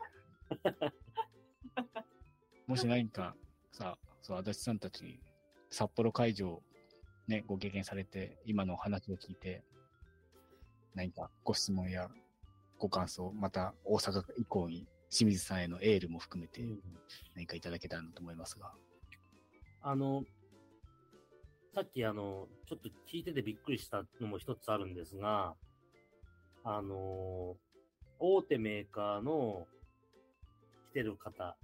もし何か、さ、そう、足立さんたち、札幌会場、ね、ご経験されて、今のお話を聞いて、何かご質問やご感想、また大阪以降に清水さんへのエールも含めて何かいただけたらなと思いますが。
あの、さっきあの、ちょっと聞いててびっくりしたのも一つあるんですが、あの、大手メーカーの来てる方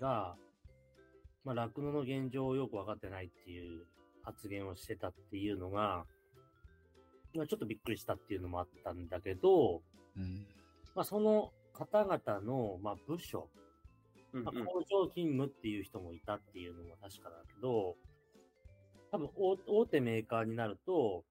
が、まあ、酪農の現状をよくわかってないっていう発言をしてたっていうのが、まあちょっとびっくりしたっていうのもあったんだけど、
うん。
まあ、その方々の、まあ、部署、
うん
まあ、
うん
工場勤務っていう人もいたっていうのも確かだけど、多分大大手メーカーになると、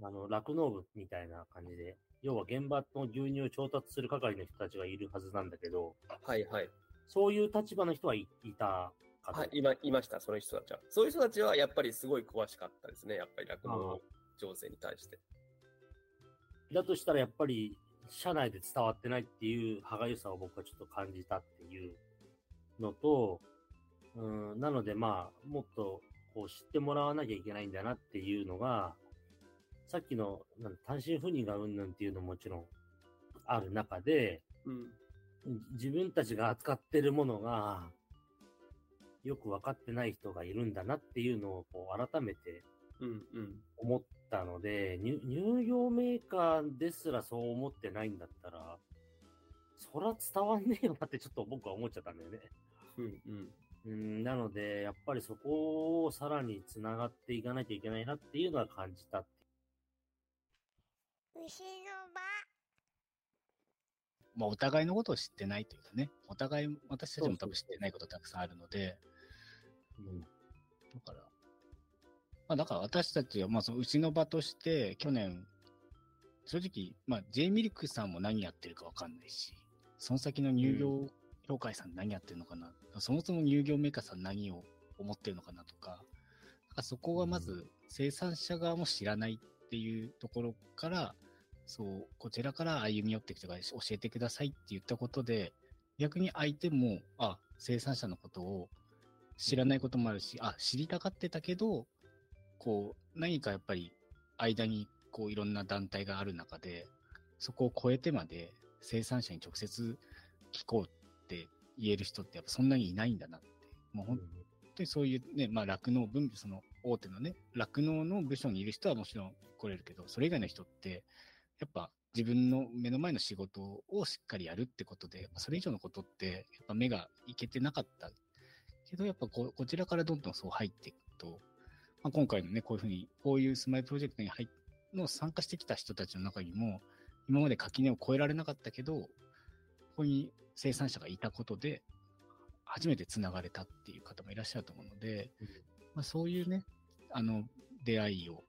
あの、酪農部みたいな感じで、要は現場の牛乳を調達する係の人たちがいるはずなんだけど、
はいはい。
そういう立場の人はいいたかと
はい、今、いました、その人たちは。そういう人たちは、やっぱりすごい詳しかったですね、やっぱり酪農情勢に対して。
だとしたらやっぱり社内で伝わってないっていう歯がゆさを僕はちょっと感じたっていうのと、うん、なのでまあ、もっとこう知ってもらわなきゃいけないんだなっていうのが、さっきのなん単身赴任がうんぬんっていうのももちろんある中で、
うん。
自分たちが扱ってるものが、よく分かってない人がいるんだなっていうのをこう改めて
うんうん。
思ったので、乳乳業メーカーですらそう思ってないんだったら、そら伝わんねえよなってちょっと僕は思っちゃったんだよね。
うんうん。
うん、なので、やっぱりそこをさらにつながっていかなきゃいけないなっていうのは感じた。
牛の
まあ、お互いのことを知ってないというかね、お互い、私たちも多分知ってないことたくさんあるので、
うん。
だから、まあ、だから私たちは、まあ、その牛の場として、去年、正直、まあ、J ミルクさんも何やってるかわかんないし、その先の乳業協会さん何やってるのかな、そもそも乳業メーカーさん何を思ってるのかなとか、だからそこがまず生産者側も知らないっていうところから、そう、こちらから歩み寄ってきてください、教えてくださいって言ったことで、逆に相手も、あ、生産者のことを知らないこともあるし、あ、知りたがってたけど、こう、何かやっぱり間に、こう、いろんな団体がある中で、そこを超えてまで生産者に直接聞こうって言える人ってやっぱそんなにいないんだなって。もう本本当にそういうね、まあ酪農分、その大手のね、酪農の部署にいる人はもちろん来れるけど、それ以外の人って、やっぱ自分の目の前の仕事をしっかりやるってことで、やっぱそれ以上のことって、やっぱ目がいけてなかったけど、やっぱこうこちらからどんどんそう入っていくと、まあ、今回のね、こういうふうに、こういうスマイルプロジェクトに入っの参加してきた人たちの中にも、今まで垣根を越えられなかったけど、ここに生産者がいたことで、初めてつながれたっていう方もいらっしゃると思うので、
うん
まあ、そういうね、あの、出会いを、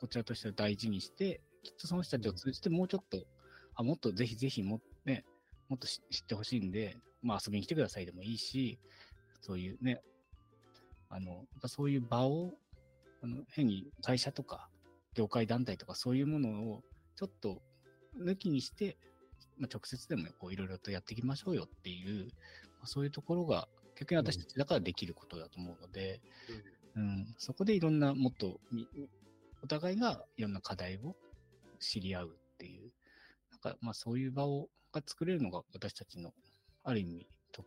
こちらとしては大事にして、きっとその人たちを通じてもうちょっと、あ、もっとぜひぜひも、ね、もっとし知ってほしいんで、まあ遊びに来てくださいでもいいし、そういうね、あの、やっぱそういう場を、あの、変に会社とか、業界団体とかそういうものを、ちょっと抜きにして、まあ、直接でもこういろいろとやっていきましょうよっていう、まあそういうところが逆に私たちだからできることだと思うので、うんそこでいろんなもっとみお互いがいろんな課題を知り合うっていう、なんかまあそういう場をが作れるのが私たちのある意味と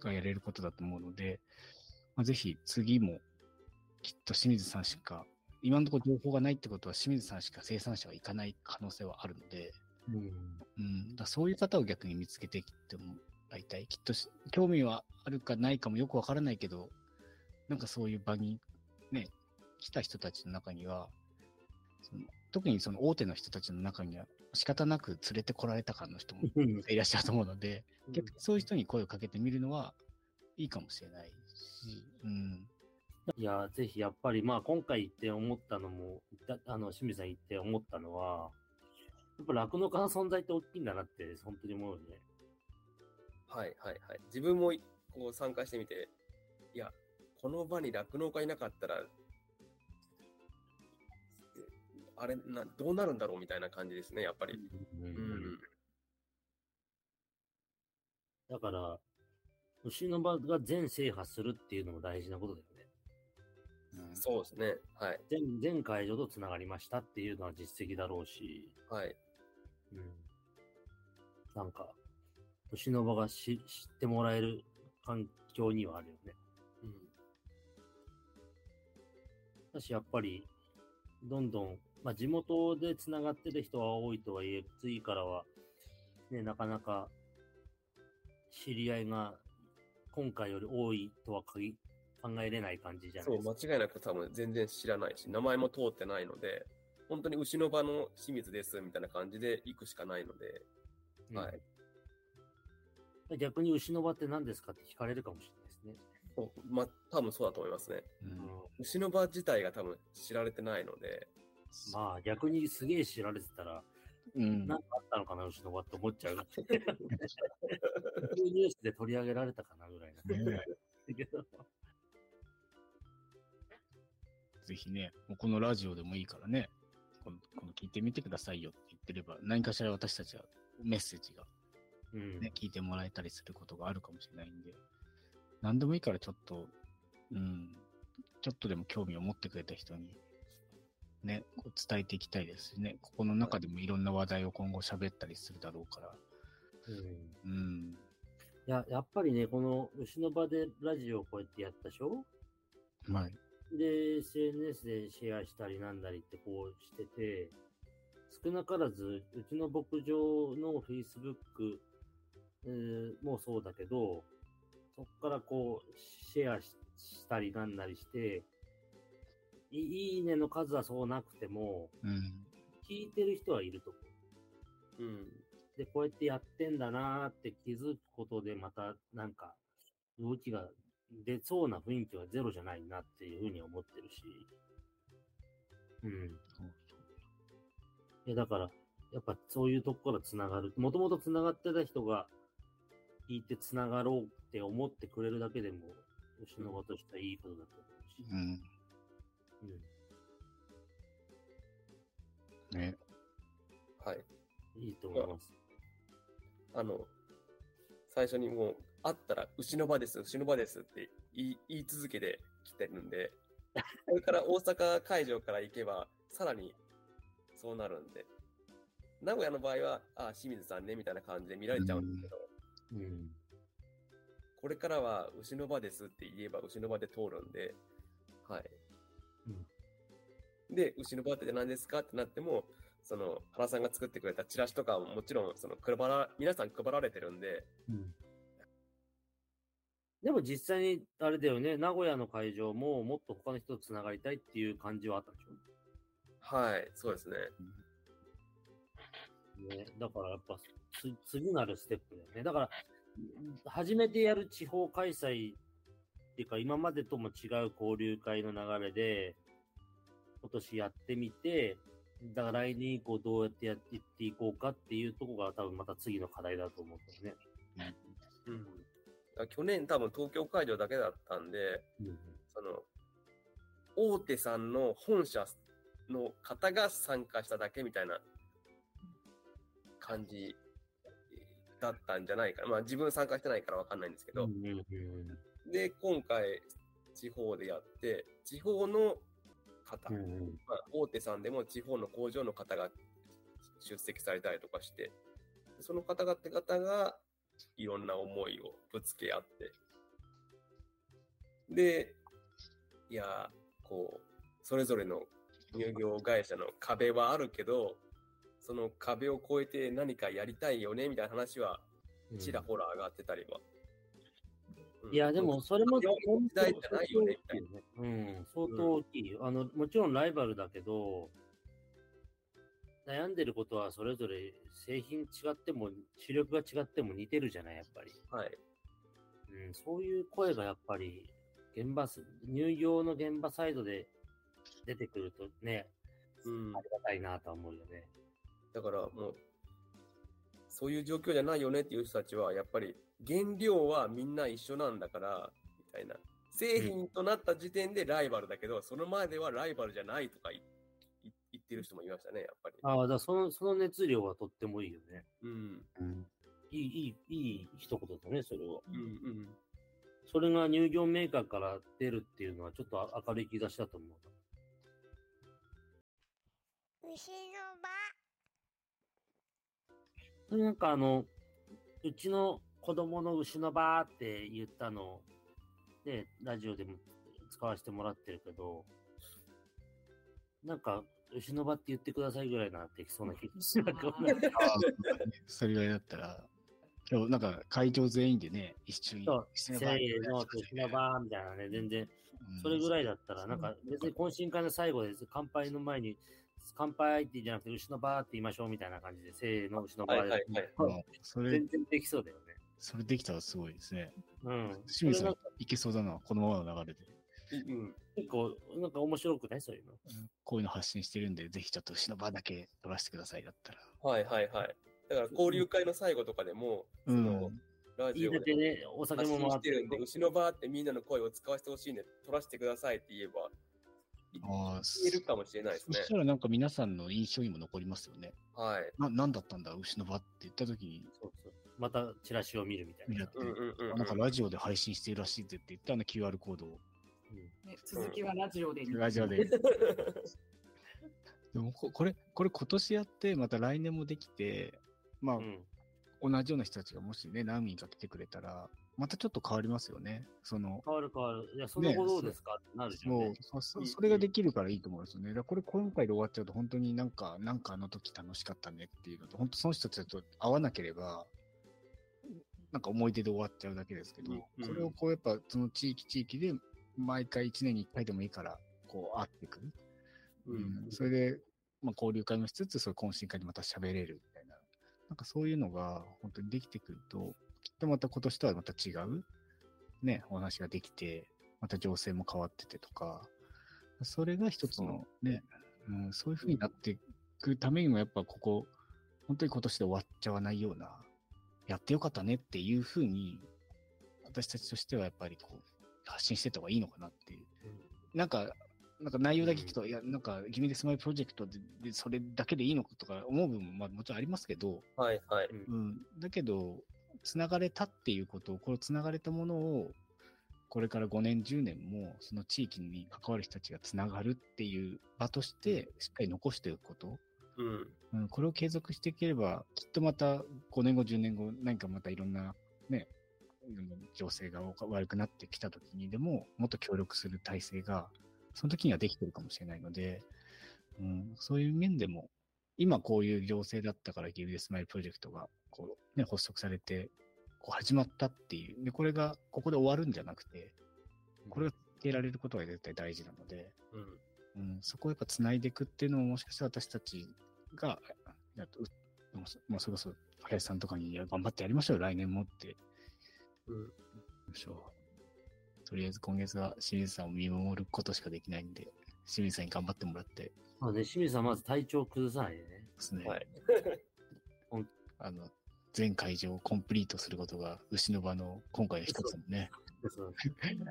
がやれることだと思うので、まあ、ぜひ次もきっと清水さんしか、今のところ情報がないってことは清水さんしか生産者はいかない可能性はあるので、
うん。
うん、だからそういう方を逆に見つけてきてもらいたい。きっとし興味はあるかないかもよくわからないけど、なんかそういう場にね、来た人たちの中には、その特にその大手の人たちの中には仕方なく連れてこられた感の人も
うん
いらっしゃると思うので、逆にそういう人に声をかけてみるのはいいかもしれないし、うん。
いや、ぜひやっぱり、まあ今回行って思ったのも、だあの、清水さん行って思ったのは、やっぱ酪農家の存在って大きいんだなって、本当に思うよね。
はいはいはい。自分もこう参加してみて、いや、この場に酪農家いなかったら、あれな、どうなるんだろうみたいな感じですね、やっぱり。うん。
だから、牛の場が全制覇するっていうのも大事なことだよね。
そうですね。はい。
全、全会場とつながりましたっていうのは実績だろうし、
はい。
うん。なんか、牛の場がし知ってもらえる環境にはあるよね。
うん。
だし、やっぱり、どんどん、まあ、地元でつながってる人は多いとはいえ、次からは、ね、なかなか、知り合いが、今回より多いとは限り考えれない感じじゃな
そ、
いうですか。
間違いなく多分全然知らないし、名前も通ってないので、本当に牛の場の清水ですみたいな感じで行くしかないので、
うん
はい。
逆に牛の場って何ですかって聞かれるかもしれないですね。
そうま、多分そうだと思いますね。
うん
牛の場自体が多分知られてないので、
まあ逆にすげえ知られてたら、
うん
何かあったのかな、牛の場って思っちゃう。普通ニュースで取り上げられたかなぐらいな。
ね
だけど
ぜひね、もうこのラジオでもいいからね、このこの聞いてみてくださいよって言ってれば、何かしら私たちはメッセージが、
うん
ね、聞いてもらえたりすることがあるかもしれないんで、何でもいいからちょっと、うん、ちょっとでも興味を持ってくれた人に、ね、こう伝えていきたいですしね、ここの中でもいろんな話題を今後喋ったりするだろうから、
う
う
ん
ん。
いや、やっぱりね、この牛の場でラジオをこうやってやったでしょ
はい。
で、SNS でシェアしたりなんだりってこうしてて、少なからず、うちの牧場の Facebook、えーもそうだけど、そこからこう、シェアししたりなんなりして、いいいねの数はそうなくても、
うん。
聞いてる人はいると思う。
うん。
で、こうやってやってんだなーって気づくことで、またなんか、動きが出そうな雰囲気はゼロじゃないなっていうふうに思ってるし。うん。
そうそう
いや、だから、やっぱそういうとこから繋がる。もともと繋がってた人が、聞いて繋がろうって思ってくれるだけでも、牛の場としてはいいことだと思うし。
うん。
う
ね。
はい。
ん。いいと思います。
あの、最初にもう、会ったら、牛の場です、牛の場ですって言い言い続けてきてるんで、これから大阪会場から行けば、さらにそうなるんで、名古屋の場合は、あ、清水さんね、みたいな感じで見られちゃうんですけど、
うん。
これからは牛の場ですって言えば牛の場で通るんで、はい。で、牛の場って何ですかってなっても、その、原さんが作ってくれたチラシとかももちろん、その、配ら、皆さん配られてるんで、
でも実際に、あれだよね、名古屋の会場ももっと他の人と繋がりたいっていう感じはあったんでし
はい、そうですね。
ょね。だからやっぱつ、次なるステップだよね。だから、初めてやる地方開催っていうか、今までとも違う交流会の流れで、今年やってみて、だから来年以降どうやってやっていっていこうかっていうとこが多分また次の課題だと思うんだよね。
うん。だから去年多分東京会場だけだったんで、その、大手さんの本社の方が参加しただけみたいな感じだったんじゃないかな。まあ自分参加してないからわかんないんですけど、
うんうんうん
で、今回地方でやって、地方の方、
うんうん
まあ、大手さんでも地方の工場の方が出席されたりとかして、その方々がいろんな思いをぶつけ合って、で、いやー、こう、それぞれの乳業会社の壁はあるけど、その壁を越えて何かやりたいよね、みたいな話は
うん
ちらほら上がってたりは。うん
いや、でも、それも
時代じゃないよね
うん、相当大きいよ。あの、もちろんライバルだけど、悩んでることはそれぞれ製品違っても、視力が違っても似てるじゃない、やっぱり。
はい。
うん、そういう声がやっぱり、現場す、乳業の現場サイドで出てくるとね、
うん
ありがたいなとは思うよね。
だからもう、そういう状況じゃないよねっていう人たちは、やっぱり原料はみんな一緒なんだから、みたいな。製品となった時点でライバルだけど、その前ではライバルじゃないとかいい言ってる人もいましたね、やっぱり。
ああ、だからその、その熱量はとってもいいよね。
うん。
うん。
いい、いい、いい一言だね、それは。
うんうん。
それが乳業メーカーから出るっていうのはちょっと明るい兆しだと思う。
牛の場
それなんかあの、うちの子供の牛のばーって言ったの、で、ラジオでも使わせてもらってるけど、なんか、牛のばって言ってくださいぐらいなってきそうな気がする。
それぐらいだったら、今日なんか会場全員でね、一緒に
そう、。せ
せー
ー
の
の、牛のばーみたいなね、全然、それぐらいだったら、なんか別に懇親会の最後です。乾杯の前に、乾杯ってじゃなくて、牛のばーって言いましょうみたいな感じで、せーの、牛のば
はい
ー
はい
で、
はい。
うんそれ
全、然できそうだよね。
それできたらすごいですね。
うん。
清水
そ
さ
れ
ん、いけそうだな、このままの流れで。
うん。
結構、なんか面白くないそういうの。
こういうの発信してるんで、ぜひちょっと牛の場だけ取らせてくださいだったら。
はいはいはい。だから交流会の最後とかでも、
う
その
ん。
ラ
い
ジ
い
オ
だ
で
けね、お酒
発信
も
し
回ってて
るんで、牛のバーってみんなの声を使わせてほしいんで、取らせてくださいって言えば、
ああ、
言えるかもしれないです
そ
ね
し。たらなんか皆さんの印象にも残りますよね。
はい。
な、なんだったんだ、牛の場って言った時に、
そうそうまたチラシを見るみたい
見
な。
られて、
うんうんうん、うん。
なんかラジオで配信してるらしいぜって言って、あの QR コードを。
ね続きはラジオで。
ラジオで。でもここれ、これ今年やって、また来年もできて、まあ、
うん
同じような人たちがもしね、何人か来てくれたら、またちょっと変わりますよね。その、
変わる変わる。いや、その後どうですかってなるじゃん
も
ね
う。そそそれができるからいいと思うんですよね。だからこれ今回で終わっちゃうと本当になんか、なんかあの時楽しかったねっていうのと、本当その人たちと会わなければ、なんか思い出で終わっちゃうだけですけど、
うんうん
これをこうやっぱその地域地域で毎回1年に1回でもいいから、こう会っていく。うん、それで、まあ、交流会もしつつ、そういう懇親会でまた喋れるみたいな、なんかそういうのが本当にできてくると、きっとまた今年とはまた違う、ね、お話ができて、また情勢も変わっててとか、それが一つのね、うん、そういうふうになっていくためにも、やっぱここ、本当に今年で終わっちゃわないような、やってよかったねっていうふうに、私たちとしてはやっぱりこう、発信してった方がいいのかなっていう。なんか、なんか内容だけ聞くと、いや、なんか、君でスマイルプロジェクトで、でそれだけでいいのかとか思う部分も、まあ、もちろんありますけど、
はいはい。
うん、だけど、つながれたっていうことを、このつながれたものを、これから5年、10年も、その地域に関わる人たちがつながるっていう場として、しっかり残していくこと、
うん。
うん、これを継続していければ、きっとまた5年後、10年後、何かまたいろんなね、うん情勢が悪くなってきた時にでも、もっと協力する体制が、その時にはできてるかもしれないので、うん、そういう面でも、今こういう情勢だったから、ギルデスマイルプロジェクトが、こう、ね、発足されて、こう始まったっていう。で、これが、ここで終わるんじゃなくて、これを続けられることが絶対大事なので、
うん。
うん、そこをやっぱつないでいくっていうのももしかしたら私たちが、やっとうもうそもうそれこそ林さんとかにいや頑張ってやりましょうよ来年もって。
うん
でしょうとりあえず今月は清水さんを見守ることしかできないんで、清水さんに頑張ってもらって
そうね、清水さん、まず体調崩さないでね。
ですね、
はい
うん
あの、全会場をコンプリートすることが牛の場の今回の一つだもんね。
そう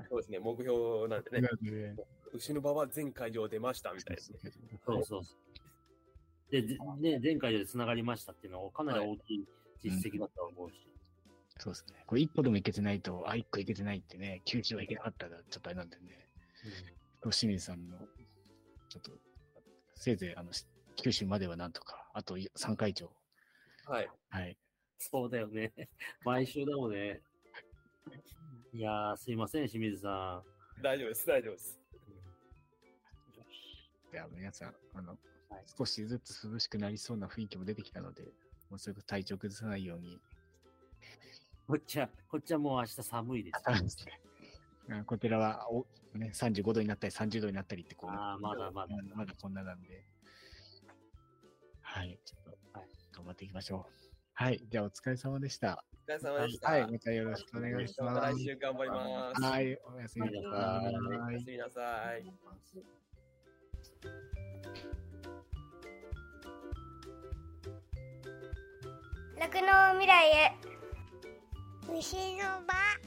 そうですね、目標なんでね。
ね
牛の場は全会場出ましたみたいですね。
そうそうそう。で、ぜね、前回より繋がりましたっていうのは、かなり大きい実績だと思うし。
そうですね。これ一歩でもいけてないと、あ、一個いけてないってね、九州はいけなかったらちょっとあれなんでね。清水さんの、ちょっと、せいぜい、あの、し九州まではなんとか、あと3会長。
はい。
はい。
そうだよね。 毎週だもんね。いやー、すいません、清水さ
大丈夫です、大丈夫です。
で、あの、皆さん、あの、
はい
少しずつ涼しくなりそうな雰囲気も出てきたので、もうすぐ体調崩さないように、
ん。こっちは、こっちはもう 明日寒いですよ。
あこちらは、お、ね、35度になったり、30度になったりって、こう、
ああ、まだまだ。
まだこんななんで。はい。ちょっと、
はい
頑張っていきましょう。はい。じゃあ、お疲れ様でした。
お疲れ様でした。
はい。またよろしくお願いし
また
ま
来
す。
週頑張ります。
はい。おやすみなさ
お
い
やす。みなさい。
酪農未来へ牛の場